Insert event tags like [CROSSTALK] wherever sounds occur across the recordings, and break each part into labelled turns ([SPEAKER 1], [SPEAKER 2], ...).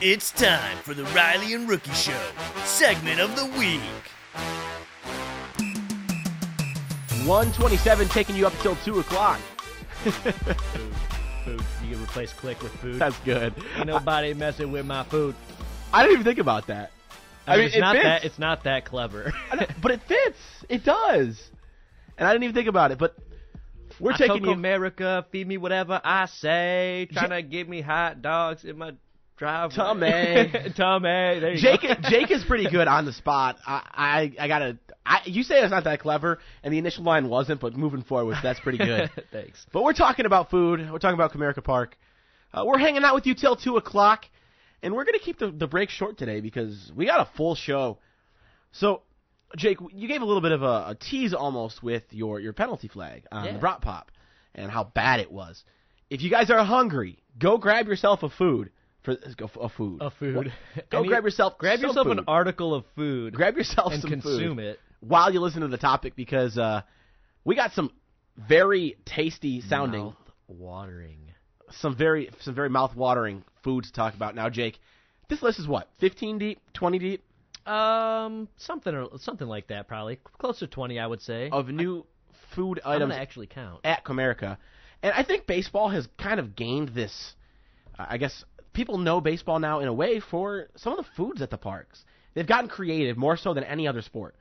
[SPEAKER 1] It's time for the Riley and Rookie Show segment of the week.
[SPEAKER 2] 127 taking you up till 2 o'clock.
[SPEAKER 3] food. You can replace click with food.
[SPEAKER 2] That's good.
[SPEAKER 3] Ain't nobody messing with my food.
[SPEAKER 2] I didn't even think about that.
[SPEAKER 3] I mean,
[SPEAKER 2] mean,
[SPEAKER 3] it's
[SPEAKER 2] it
[SPEAKER 3] not
[SPEAKER 2] fits.
[SPEAKER 3] that it's not that clever.
[SPEAKER 2] I don't- but it fits. It does. And I didn't even think about it, but we're
[SPEAKER 3] [LAUGHS] I
[SPEAKER 2] taking
[SPEAKER 3] took
[SPEAKER 2] you.
[SPEAKER 3] America, feed me whatever I say. Trying to give me hot dogs in my driveway. [LAUGHS]
[SPEAKER 2] Tommy.
[SPEAKER 3] Tommy, there you
[SPEAKER 2] Jake,
[SPEAKER 3] go.
[SPEAKER 2] Jake is pretty good on the spot. I, I, I gotta. I, you say it's not that clever, and the initial line wasn't, but moving forward, that's
[SPEAKER 3] [LAUGHS]
[SPEAKER 2] pretty [LAUGHS] good.
[SPEAKER 3] Thanks.
[SPEAKER 2] But we're talking about food. We're talking about Comerica Park. Uh, we're hanging out with you till two o'clock, and we're gonna keep the, the break short today because we got a full show. So, Jake, you gave a little bit of a, a tease almost with your your penalty flag on
[SPEAKER 3] Yeah.
[SPEAKER 2] the Brat Pop and how bad it was. If you guys are hungry, go grab yourself a food for a food.
[SPEAKER 3] A food. [LAUGHS]
[SPEAKER 2] What? Go
[SPEAKER 3] Any-
[SPEAKER 2] grab yourself.
[SPEAKER 3] Grab
[SPEAKER 2] some
[SPEAKER 3] yourself an
[SPEAKER 2] food.
[SPEAKER 3] article of food
[SPEAKER 2] Grab yourself
[SPEAKER 3] and
[SPEAKER 2] some
[SPEAKER 3] consume
[SPEAKER 2] food
[SPEAKER 3] it.
[SPEAKER 2] while you listen to the topic because uh, we got some very tasty sounding
[SPEAKER 3] Mouth watering.
[SPEAKER 2] some very some very mouth watering food to talk about now, Jake. This list is what fifteen deep, twenty deep
[SPEAKER 3] Um, something or something like that, probably close to twenty, I would say.
[SPEAKER 2] of new food
[SPEAKER 3] I'm
[SPEAKER 2] Oh, items
[SPEAKER 3] gonna actually count.
[SPEAKER 2] at Comerica, and I think baseball has kind of gained this. uh, I guess people know baseball now in a way for some of the foods at the parks. They've gotten creative more so than any other sport,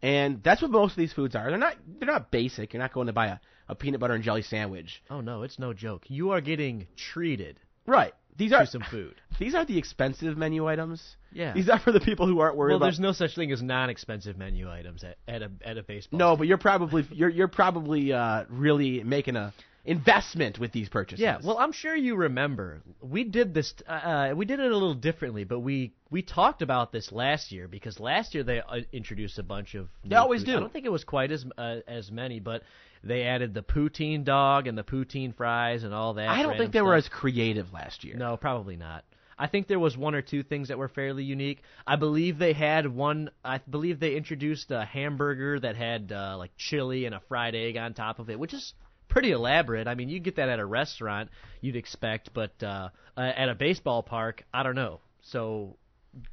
[SPEAKER 2] and that's what most of these foods are. They're not they're not basic. You're not going to buy a, a peanut butter and jelly sandwich,
[SPEAKER 3] Oh no, it's no joke. You are getting treated
[SPEAKER 2] right? These
[SPEAKER 3] to
[SPEAKER 2] are
[SPEAKER 3] some food.
[SPEAKER 2] [LAUGHS] these are the expensive menu items.
[SPEAKER 3] Yeah.
[SPEAKER 2] These are for the people who aren't worried
[SPEAKER 3] Well,
[SPEAKER 2] about
[SPEAKER 3] there's no such thing as non-expensive menu items at, at a at a baseball.
[SPEAKER 2] No,
[SPEAKER 3] stadium.
[SPEAKER 2] but you're probably you're you're probably uh, really making a investment with these purchases.
[SPEAKER 3] yeah. Well, I'm sure you remember we did this. Uh, we did it a little differently, but we we talked about this last year because last year they uh, introduced a bunch of. They
[SPEAKER 2] always do.
[SPEAKER 3] I don't think it was quite as uh, as many, but they added the poutine dog and the poutine fries and all that.
[SPEAKER 2] I don't
[SPEAKER 3] random
[SPEAKER 2] think they were
[SPEAKER 3] stuff.
[SPEAKER 2] as creative last year.
[SPEAKER 3] No, probably not. I think there was one or two things that were fairly unique. I believe they had one. I believe they introduced a hamburger that had uh, like chili and a fried egg on top of it, which is pretty elaborate. I mean, you get that at a restaurant, you'd expect, but uh, uh, at a baseball park, I don't know. So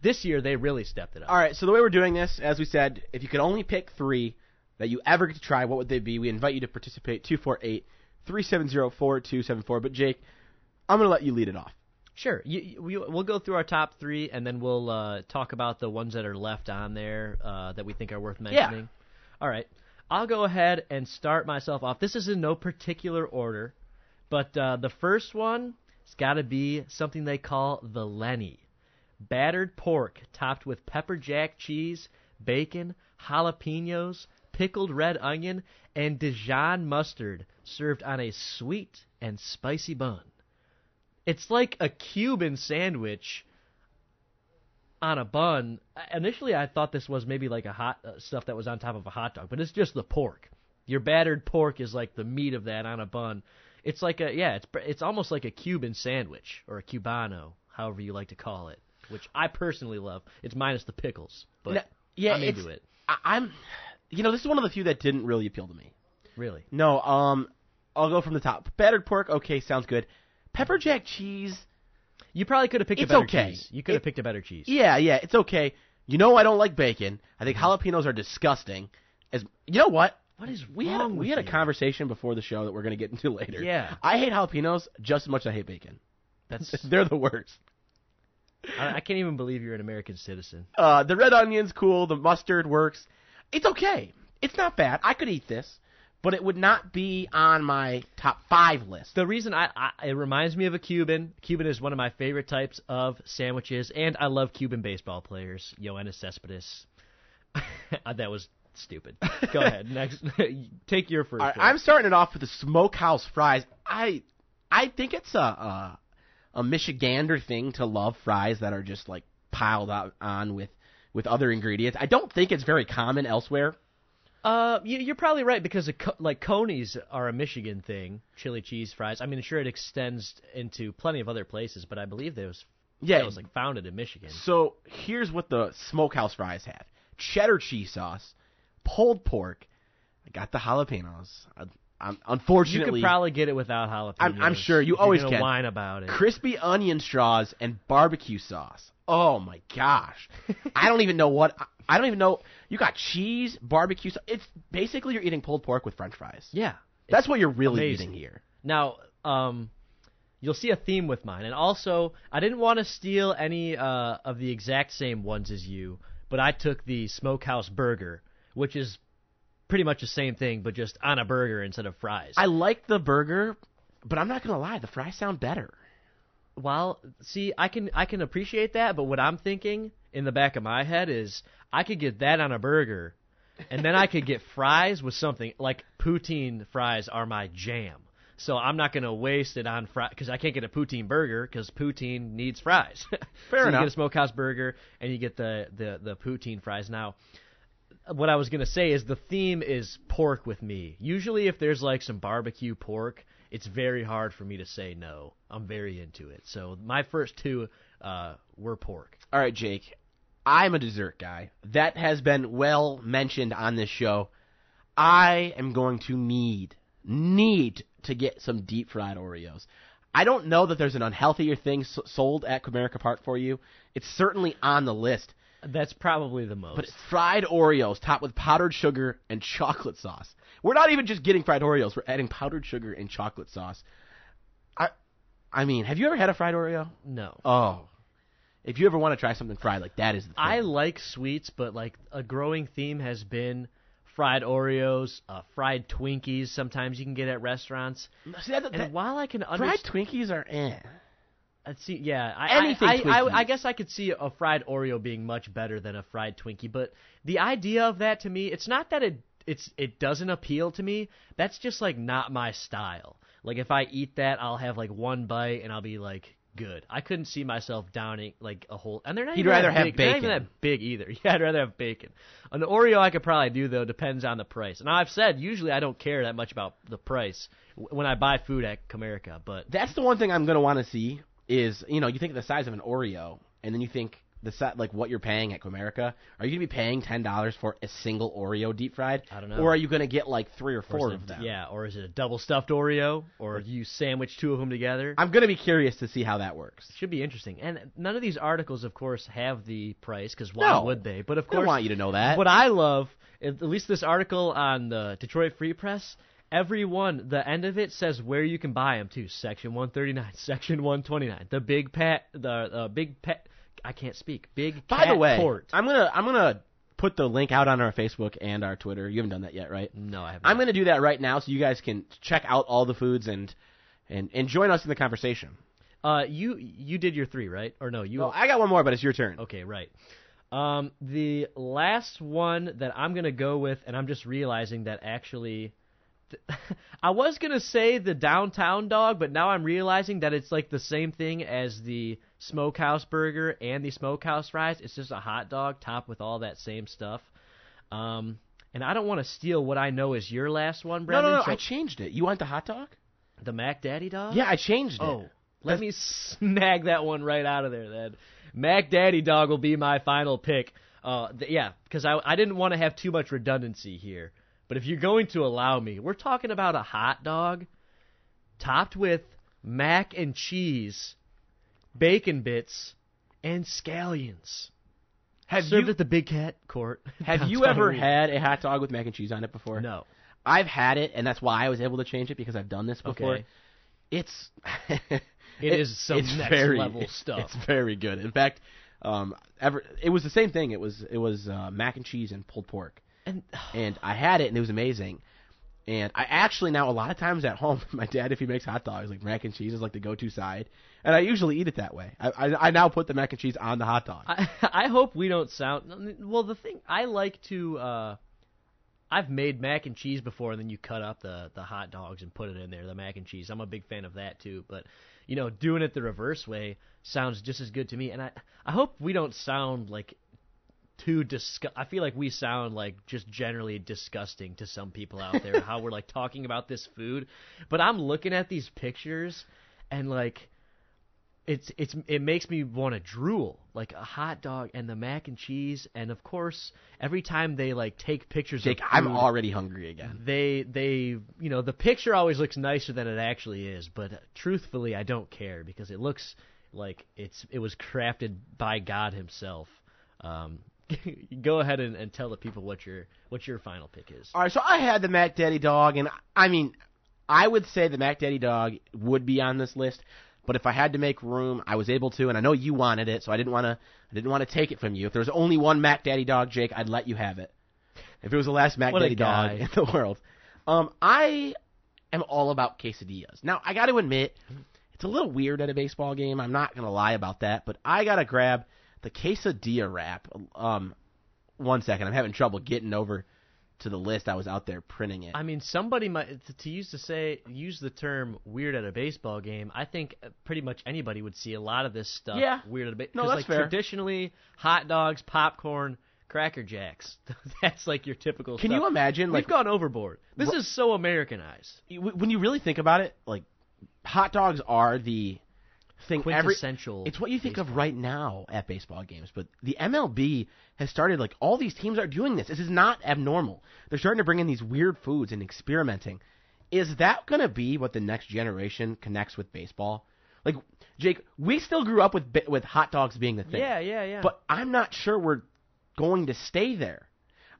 [SPEAKER 3] this year they really stepped it up.
[SPEAKER 2] All right. So the way we're doing this, as we said, if you could only pick three that you ever get to try, what would they be? We invite you to participate. 248-370-4274. But Jake, I'm gonna let you lead it off.
[SPEAKER 3] Sure. You, you, we- we'll go through our top three, and then we'll uh, talk about the ones that are left on there uh, that we think are worth mentioning. All right. I'll go ahead and start myself off. This is in no particular order, but uh, the first one has got to be something they call the Lenny. Battered pork topped with pepper jack cheese, bacon, jalapenos, pickled red onion, and Dijon mustard served on a sweet and spicy bun. It's like a Cuban sandwich on a bun. I- Initially, I thought this was maybe like a hot uh, stuff that was on top of a hot dog, but it's just the pork. Your battered pork is like the meat of that on a bun. It's like a yeah, it's pr- it's almost like a Cuban sandwich or a cubano, however you like to call it, which I personally love. It's minus the pickles, but
[SPEAKER 2] No, yeah,
[SPEAKER 3] I'm into
[SPEAKER 2] it's-
[SPEAKER 3] it.
[SPEAKER 2] I, I'm, you know, this is one of the few that didn't really appeal to me.
[SPEAKER 3] Really,
[SPEAKER 2] No, um, I'll go from the top. Battered pork, okay, sounds good. Pepper jack cheese,
[SPEAKER 3] you probably could have picked
[SPEAKER 2] It's
[SPEAKER 3] a better
[SPEAKER 2] okay.
[SPEAKER 3] cheese. You could have
[SPEAKER 2] It-
[SPEAKER 3] picked a better cheese.
[SPEAKER 2] Yeah, yeah, it's okay. You know I don't like bacon. I think
[SPEAKER 3] Mm-hmm.
[SPEAKER 2] jalapenos are disgusting. As you know what?
[SPEAKER 3] What is
[SPEAKER 2] We had a,
[SPEAKER 3] wrong
[SPEAKER 2] we
[SPEAKER 3] with
[SPEAKER 2] had a
[SPEAKER 3] you?
[SPEAKER 2] conversation before the show that we're gonna get into later.
[SPEAKER 3] Yeah.
[SPEAKER 2] I hate jalapenos just as much as I hate
[SPEAKER 3] [LAUGHS]
[SPEAKER 2] bacon.
[SPEAKER 3] That's
[SPEAKER 2] They're the worst.
[SPEAKER 3] I, I can't even believe you're an American citizen.
[SPEAKER 2] Uh, the red onion's cool. The mustard works. It's okay. It's not bad. I could eat this, but it would not be on my top five list.
[SPEAKER 3] The reason I, I it reminds me of a Cuban. Cuban is one of my favorite types of sandwiches, and I love Cuban baseball players. Yoenis Cespedes. [LAUGHS] Uh, that was stupid.
[SPEAKER 2] [LAUGHS]
[SPEAKER 3] Go ahead, next. [LAUGHS] Take your first.
[SPEAKER 2] All right,
[SPEAKER 3] one.
[SPEAKER 2] I'm starting it off with the smokehouse fries. I I think it's a a, a Michigander thing to love fries that are just like piled out on with with other ingredients. I don't think it's very common elsewhere.
[SPEAKER 3] Uh, you, you're probably right because a co- like conies are a Michigan thing. Chili cheese fries. I mean, sure it extends into plenty of other places, but I believe that was
[SPEAKER 2] Yeah.
[SPEAKER 3] that was like founded in Michigan.
[SPEAKER 2] So here's what the smokehouse fries have: cheddar cheese sauce, pulled pork. I got the jalapenos. I, Um,
[SPEAKER 3] You
[SPEAKER 2] unfortunately,
[SPEAKER 3] could probably get it without jalapenos.
[SPEAKER 2] I'm- I'm sure you
[SPEAKER 3] If
[SPEAKER 2] always
[SPEAKER 3] you're gonna
[SPEAKER 2] can.
[SPEAKER 3] whine about it.
[SPEAKER 2] crispy onion straws and barbecue sauce. Oh my
[SPEAKER 3] [LAUGHS]
[SPEAKER 2] gosh, I don't even know what I don't even know. You got cheese, barbecue sauce. It's basically you're eating pulled pork with French fries.
[SPEAKER 3] Yeah.
[SPEAKER 2] That's what you're really
[SPEAKER 3] amazing.
[SPEAKER 2] eating here.
[SPEAKER 3] Now, um, you'll see a theme with mine, and also I didn't want to steal any uh, of the exact same ones as you, but I took the smokehouse burger, which is pretty much the same thing, but just on a burger instead of fries.
[SPEAKER 2] I like the burger, but I'm not gonna lie, the fries sound better.
[SPEAKER 3] well, see, I can I can appreciate that, but what I'm thinking in the back of my head is I could get that on a burger, and then I could
[SPEAKER 2] [LAUGHS]
[SPEAKER 3] get fries with something like poutine fries are my jam. So I'm not gonna waste it on fries because I can't get a poutine burger because poutine needs fries. [LAUGHS]
[SPEAKER 2] Fair
[SPEAKER 3] so You
[SPEAKER 2] enough.
[SPEAKER 3] get a smokehouse burger and you get the the the poutine fries. Now, what I was gonna say is the theme is pork with me. Usually, if there's like some barbecue pork, it's very hard for me to say no. I'm very into it. So my first two uh, were pork.
[SPEAKER 2] All right, Jake. I'm a dessert guy. That has been well mentioned on this show. I am going to need need to get some deep fried Oreos. I don't know that there's an unhealthier thing s- sold at Comerica Park for you. It's certainly on the list,
[SPEAKER 3] That's probably the most.
[SPEAKER 2] but it's fried Oreos topped with powdered sugar and chocolate sauce. We're not even just getting fried Oreos. We're adding powdered sugar and chocolate sauce. I, I mean, have you ever had a fried Oreo?
[SPEAKER 3] no.
[SPEAKER 2] Oh, if you ever want to try something fried, like that is the thing.
[SPEAKER 3] I like sweets, but like a growing theme has been fried Oreos, uh, fried Twinkies. Sometimes you can get at restaurants.
[SPEAKER 2] See, that,
[SPEAKER 3] And
[SPEAKER 2] that,
[SPEAKER 3] while I can
[SPEAKER 2] fried
[SPEAKER 3] understand,
[SPEAKER 2] Twinkies are eh.
[SPEAKER 3] see, yeah, I,
[SPEAKER 2] Anything
[SPEAKER 3] I, I,
[SPEAKER 2] Twinkie.
[SPEAKER 3] I, I guess I could see a fried Oreo being much better than a fried Twinkie. But the idea of that to me, it's not that it it's it doesn't appeal to me. That's just like not my style. Like if I eat that, I'll have like one bite and I'll be like. Good. I couldn't see myself downing like a whole, and they're not.
[SPEAKER 2] You'd
[SPEAKER 3] even
[SPEAKER 2] rather
[SPEAKER 3] that
[SPEAKER 2] have
[SPEAKER 3] big. They're not even
[SPEAKER 2] bacon.
[SPEAKER 3] that big either. [LAUGHS] Yeah, I'd rather have bacon. An Oreo I could probably do though depends on the price. And I've said usually I don't care that much about the price w- when I buy food at Comerica, but
[SPEAKER 2] That's the one thing I'm gonna want to see is you know you think of the size of an Oreo and then you think the set like what you're paying at Comerica. Are you gonna be paying ten dollars for a single Oreo deep fried?
[SPEAKER 3] I don't know.
[SPEAKER 2] Or are you gonna get like three or
[SPEAKER 3] or
[SPEAKER 2] four
[SPEAKER 3] is it-
[SPEAKER 2] of them?
[SPEAKER 3] Yeah, or is it a double stuffed Oreo or do you sandwich two of them together?
[SPEAKER 2] I'm gonna be curious to see how that works.
[SPEAKER 3] should be interesting. And none of these articles of course have the price cuz why
[SPEAKER 2] No.
[SPEAKER 3] would they? But of
[SPEAKER 2] I don't
[SPEAKER 3] course
[SPEAKER 2] want you to know that.
[SPEAKER 3] what I love, at least this article on the Detroit Free Press, every one, the end of it says where you can buy them too. Section 139, [LAUGHS] Section 129, the big pat, the uh, big pet. I can't speak. Big
[SPEAKER 2] By the
[SPEAKER 3] Cat
[SPEAKER 2] way,
[SPEAKER 3] Court.
[SPEAKER 2] I'm gonna I'm gonna put the link out on our Facebook and our Twitter. You haven't done that yet, right?
[SPEAKER 3] no, I haven't.
[SPEAKER 2] I'm gonna do that right now so you guys can check out all the foods and and and join us in the conversation.
[SPEAKER 3] Uh, you you did your three right or no? You
[SPEAKER 2] Well, I got one more, but it's your turn.
[SPEAKER 3] Okay, right. Um, the last one that I'm gonna go with, and I'm just realizing that actually, [LAUGHS] I was gonna say the downtown dog, but now I'm realizing that it's like the same thing as the smokehouse burger and the smokehouse fries. It's just a hot dog topped with all that same stuff. Um, and I don't want to steal what I know is your last one,
[SPEAKER 2] No,
[SPEAKER 3] Brendan.
[SPEAKER 2] no, no.
[SPEAKER 3] so-
[SPEAKER 2] I changed it. You want the hot dog?
[SPEAKER 3] the Mac Daddy dog.
[SPEAKER 2] Uh, Yeah, I changed it.
[SPEAKER 3] Oh, [LAUGHS] let me snag that one right out of there then. Mac Daddy Dog will be my final pick. Uh, th- yeah, because I, I didn't want to have too much redundancy here. But if you're going to allow me, we're talking about a hot dog topped with mac and cheese, bacon bits, and scallions.
[SPEAKER 2] have
[SPEAKER 3] Served
[SPEAKER 2] you
[SPEAKER 3] at the Big Cat Court. [LAUGHS]
[SPEAKER 2] have you
[SPEAKER 3] downtown
[SPEAKER 2] ever
[SPEAKER 3] Erie.
[SPEAKER 2] had a hot dog with mac and cheese on it before?
[SPEAKER 3] No.
[SPEAKER 2] I've had it, and that's why I was able to change it because I've done this before.
[SPEAKER 3] Okay. [LAUGHS]
[SPEAKER 2] It's
[SPEAKER 3] is some next
[SPEAKER 2] [LAUGHS]
[SPEAKER 3] level stuff.
[SPEAKER 2] It's very good. In fact, um, ever it was the same thing. It was it was uh, mac and cheese and pulled pork.
[SPEAKER 3] And
[SPEAKER 2] and I had it, and it was amazing. And I actually now a lot of times at home, [LAUGHS] my dad if he makes hot dogs, like mac and cheese is like the go-to side, and I usually eat it that way. I I, I now put the mac and cheese on the hot dog.
[SPEAKER 3] I, I [LAUGHS] hope we don't sound well. The thing I like to, uh, I've made mac and cheese before, and then you cut up the the hot dogs and put it in there, the mac and cheese. I'm a big fan of that too. But you know, doing it the reverse way sounds just as good to me. And I I hope we don't sound like too disgust. I feel like we sound like just generally disgusting to some people out there. how we're like talking about this food, but I'm looking at these pictures and like it's it's it makes me want to drool like a hot dog and the mac and cheese and of course every time they like take pictures
[SPEAKER 2] Jake,
[SPEAKER 3] of
[SPEAKER 2] I'm
[SPEAKER 3] food,
[SPEAKER 2] already hungry again.
[SPEAKER 3] they they you know the picture always looks nicer than it actually is but truthfully i don't care because it looks like it's it was crafted by god himself um [LAUGHS] go ahead and, and tell the people what your what your final pick is
[SPEAKER 2] All right, so I had the Mac Daddy dog, and I mean, I would say the Mac Daddy dog would be on this list, but if I had to make room, I was able to, and I know you wanted it, so I didn't want to. I didn't want to take it from you. If there was only one Mac Daddy dog, Jake, I'd let you have it. If it was the last Mac
[SPEAKER 3] What a
[SPEAKER 2] Daddy dog
[SPEAKER 3] guy.
[SPEAKER 2] in the world, um, I am all about quesadillas. Now I got to admit, it's a little weird at a baseball game. I'm not gonna lie about that, but I gotta grab the quesadilla wrap. Um, one second, I'm having trouble getting over to the list. I was out there printing it.
[SPEAKER 3] I mean, somebody might to, to use to say use the term weird at a baseball game. I think uh, pretty much anybody would see a lot of this stuff.
[SPEAKER 2] Yeah.
[SPEAKER 3] weird at a baseball.
[SPEAKER 2] No,
[SPEAKER 3] like,
[SPEAKER 2] that's fair.
[SPEAKER 3] Traditionally, hot dogs, popcorn, cracker jacks. [LAUGHS] that's like your typical.
[SPEAKER 2] Can
[SPEAKER 3] stuff.
[SPEAKER 2] you imagine,
[SPEAKER 3] We've
[SPEAKER 2] like-
[SPEAKER 3] gone overboard. This is so Americanized.
[SPEAKER 2] You- when you really think about it, like hot dogs are the thing every
[SPEAKER 3] Quintessential
[SPEAKER 2] it's what you think of right now at baseball games, but the MLB has started like all these teams are doing this. This is not abnormal. They're starting to bring in these weird foods and experimenting. Is that going to be what the next generation connects with baseball? Like Jake, we still grew up with ba- with hot dogs being the thing.
[SPEAKER 3] Yeah, yeah, yeah.
[SPEAKER 2] But I'm not sure we're going to stay there.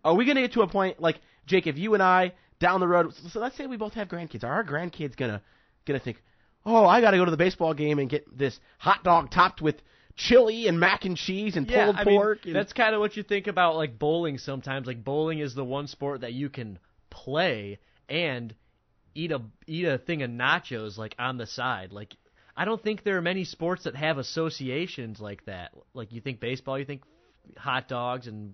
[SPEAKER 2] Are we going to get to a point like Jake? If you and I down the road, so let's say we both have grandkids. Are our grandkids gonna gonna think, oh, I got to go to the baseball game and get this hot dog topped with chili and mac and cheese and
[SPEAKER 3] yeah,
[SPEAKER 2] pulled
[SPEAKER 3] I mean,
[SPEAKER 2] pork? and-
[SPEAKER 3] that's kind of what you think about like bowling sometimes. Like bowling is the one sport that you can play and eat a eat a thing of nachos like on the side. Like I don't think there are many sports that have associations like that. Like you think baseball, you think hot dogs and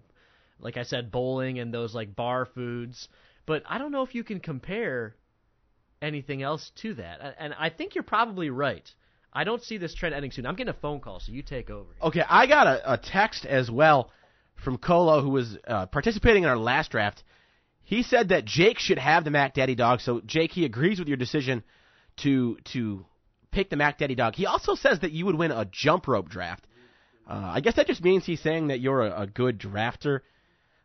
[SPEAKER 3] like I said bowling and those like bar foods, but I don't know if you can compare anything else to that. A- And I think you're probably right. I don't see this trend ending soon. I'm getting a phone call, so you take over.
[SPEAKER 2] Okay, I got a, a text as well from Colo, who was uh, participating in our last draft. He said that Jake should have the Mac Daddy dog. So Jake, he agrees with your decision to to pick the Mac Daddy dog. He also says that you would win a jump rope draft. Uh, I guess that just means he's saying that you're a, a good drafter.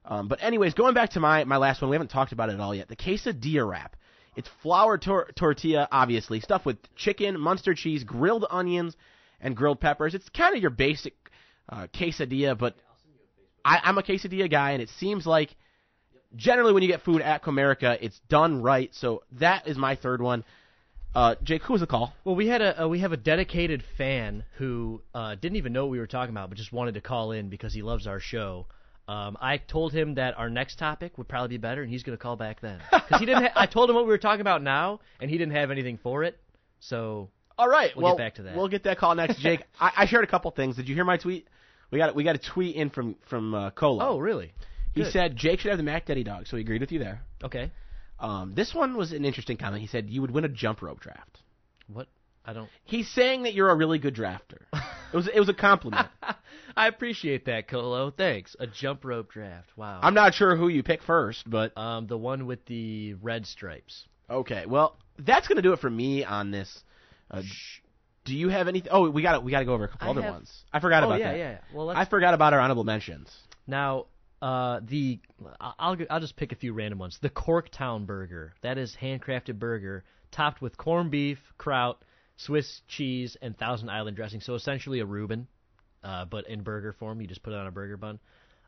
[SPEAKER 2] Um, but anyways, going back to my my last one, we haven't talked about it at all yet. The quesadilla wrap. It's flour tor- tortilla, obviously, stuffed with chicken, Munster cheese, grilled onions, and grilled peppers. It's kind of your basic uh, quesadilla, but I, I'm a quesadilla guy, and it seems like generally when you get food at Comerica, it's done right. So that is my third one. Uh, Jake, who was the call?
[SPEAKER 3] Well, we had a uh, we have a dedicated fan who uh, didn't even know what we were talking about, but just wanted to call in because he loves our show. Um, I told him that our next topic would probably be better, and he's going to call back
[SPEAKER 2] [LAUGHS]
[SPEAKER 3] then because he didn't. Ha- I told him what we were talking about now, and he didn't have anything for it. So
[SPEAKER 2] All right,
[SPEAKER 3] We'll get
[SPEAKER 2] well,
[SPEAKER 3] back to that.
[SPEAKER 2] We'll get that call next, [LAUGHS] Jake. I, I shared a couple things. Did you hear my tweet? We got we got a tweet in from from uh, Colo.
[SPEAKER 3] oh, really?
[SPEAKER 2] He
[SPEAKER 3] Good.
[SPEAKER 2] said Jake should have the Mac Daddy dog, so he agreed with you there.
[SPEAKER 3] Okay.
[SPEAKER 2] Um, this one was an interesting comment. He said you would win a jump rope draft.
[SPEAKER 3] What? I
[SPEAKER 2] [LAUGHS]
[SPEAKER 3] don't. [LAUGHS]
[SPEAKER 2] He's saying that you're a really good drafter. It was it was
[SPEAKER 3] [LAUGHS]
[SPEAKER 2] a compliment.
[SPEAKER 3] I appreciate that, Colo. Thanks. A jump rope draft. Wow.
[SPEAKER 2] I'm not sure who you pick first, but
[SPEAKER 3] um, the one with the red stripes.
[SPEAKER 2] okay. Well, that's gonna do it for me on this. Uh, do you have anything? Oh, we got to we got to go over a couple
[SPEAKER 3] I
[SPEAKER 2] other
[SPEAKER 3] have-
[SPEAKER 2] ones. I forgot
[SPEAKER 3] Oh,
[SPEAKER 2] about
[SPEAKER 3] yeah,
[SPEAKER 2] that.
[SPEAKER 3] yeah, yeah. Well, let's
[SPEAKER 2] I forgot about our honorable mentions.
[SPEAKER 3] Now, uh, the I- I'll I'll just pick a few random ones. The Corktown burger. That is handcrafted burger topped with corned beef, kraut, Swiss cheese, and Thousand Island dressing. So essentially a Reuben, uh, but in burger form. You just put it on a burger bun.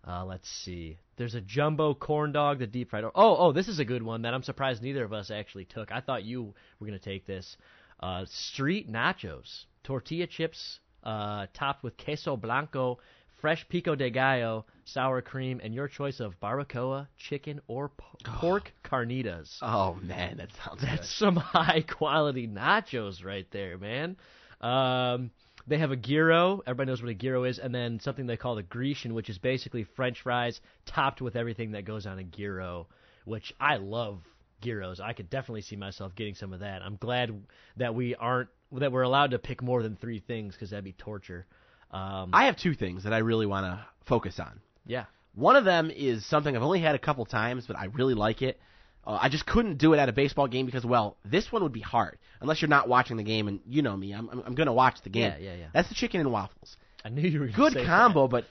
[SPEAKER 3] Uh, let's see. There's a jumbo corn dog, the deep fried. Oh, oh, this is a good one that I'm surprised neither of us actually took. I thought you were gonna take this. Uh, street nachos, tortilla chips, uh, topped with queso blanco, fresh pico de gallo, sour cream, and your choice of barbacoa, chicken, or po- pork carnitas.
[SPEAKER 2] Oh man, that sounds
[SPEAKER 3] That's some [LAUGHS] high quality nachos right there, man. Um, they have a gyro. Everybody knows what a gyro is, and then something they call the Grecian, which is basically French fries topped with everything that goes on a gyro, which I love gyros. I could definitely see myself getting some of that. I'm glad that we aren't that we're allowed to pick more than three things because that'd be torture. Um,
[SPEAKER 2] I have two things that I really want to focus on.
[SPEAKER 3] yeah.
[SPEAKER 2] One of them is something I've only had a couple times, but I really like it. Uh, I just couldn't do it at a baseball game because, well, this one would be hard unless you're not watching the game, and you know me, I'm I'm, I'm gonna watch the game.
[SPEAKER 3] Yeah, yeah, yeah.
[SPEAKER 2] That's the chicken and waffles.
[SPEAKER 3] I knew you were gonna
[SPEAKER 2] Good
[SPEAKER 3] say
[SPEAKER 2] combo,
[SPEAKER 3] that.
[SPEAKER 2] but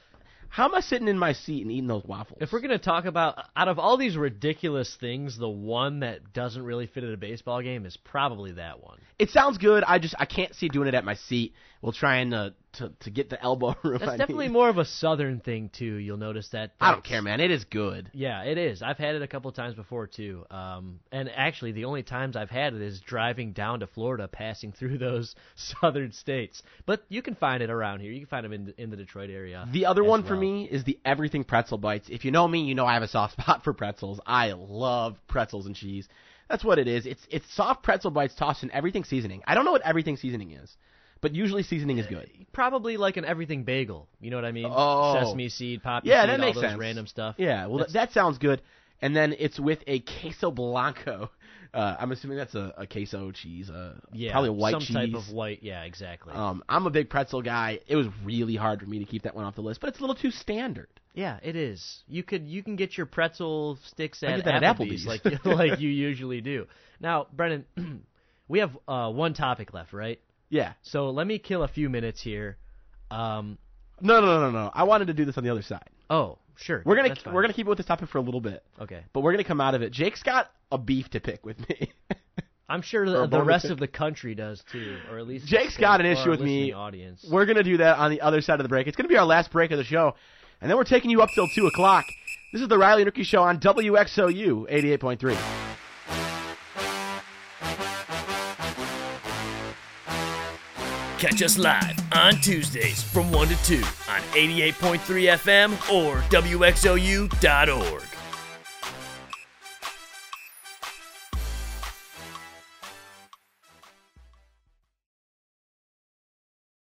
[SPEAKER 2] how am I sitting in my seat and eating those waffles?
[SPEAKER 3] If we're gonna talk about out of all these ridiculous things, the one that doesn't really fit at a baseball game is probably that one.
[SPEAKER 2] it sounds good. I just I can't see doing it at my seat. We'll try and uh, to to get the elbow [LAUGHS] room. I
[SPEAKER 3] That's
[SPEAKER 2] need.
[SPEAKER 3] definitely more of a southern thing too. You'll notice that.
[SPEAKER 2] I don't
[SPEAKER 3] that's-
[SPEAKER 2] care, man. It is good.
[SPEAKER 3] Yeah, it is. I've had it a couple times before too. Um, and actually, the only times I've had it is driving down to Florida, passing through [LAUGHS] those southern states. But you can find it around here. You can find them in the, in the Detroit area.
[SPEAKER 2] The other
[SPEAKER 3] as
[SPEAKER 2] one for
[SPEAKER 3] well.
[SPEAKER 2] me is the everything pretzel bites. If you know me, you know I have a soft [LAUGHS] spot for pretzels. I love pretzels and cheese. That's what it is. It's it's soft pretzel bites tossed in everything seasoning. I don't know what everything seasoning is, but usually seasoning is good.
[SPEAKER 3] probably like an everything bagel. You know what I mean?
[SPEAKER 2] Oh.
[SPEAKER 3] sesame seed, poppy
[SPEAKER 2] Yeah,
[SPEAKER 3] seed,
[SPEAKER 2] that
[SPEAKER 3] all
[SPEAKER 2] makes
[SPEAKER 3] those
[SPEAKER 2] sense.
[SPEAKER 3] random stuff.
[SPEAKER 2] Yeah, well
[SPEAKER 3] That's-
[SPEAKER 2] that sounds good. And then it's with a queso blanco. [LAUGHS] Uh, I'm assuming that's a, a queso cheese, uh,
[SPEAKER 3] yeah,
[SPEAKER 2] probably a white
[SPEAKER 3] some
[SPEAKER 2] cheese.
[SPEAKER 3] type of white. Yeah, exactly.
[SPEAKER 2] Um, I'm a big pretzel guy. It was really hard for me to keep that one off the list, but it's a little too standard.
[SPEAKER 3] yeah, it is. You could you can get your pretzel sticks
[SPEAKER 2] I
[SPEAKER 3] at,
[SPEAKER 2] get that at
[SPEAKER 3] Applebee's,
[SPEAKER 2] Applebee's.
[SPEAKER 3] like [LAUGHS] you- like you usually do. Now, Brennan, [CLEARS THROAT] we have uh, one topic left, right?
[SPEAKER 2] Yeah.
[SPEAKER 3] So let me kill a few minutes here. Um,
[SPEAKER 2] No, no, no, no, no. I wanted to do this on the other side.
[SPEAKER 3] oh, sure.
[SPEAKER 2] We're gonna
[SPEAKER 3] that's fine.
[SPEAKER 2] we're gonna keep it with this topic for a little bit,
[SPEAKER 3] okay.
[SPEAKER 2] but we're gonna come out of it. Jake's got a beef to pick with me. [LAUGHS]
[SPEAKER 3] I'm sure
[SPEAKER 2] Or a
[SPEAKER 3] the, the rest
[SPEAKER 2] bonus.
[SPEAKER 3] of the country does too, or at least
[SPEAKER 2] Jake's
[SPEAKER 3] for-
[SPEAKER 2] got an
[SPEAKER 3] for
[SPEAKER 2] issue
[SPEAKER 3] our
[SPEAKER 2] with me.
[SPEAKER 3] listening Audience.
[SPEAKER 2] we're gonna do that on the other side of the break. It's gonna be our last break of the show, and then we're taking you up till two o'clock. This is the Riley and Ricky Show on WXOU eighty eight point three.
[SPEAKER 1] Catch us live on Tuesdays from 1 to 2 on 88.3 FM or WXOU.org.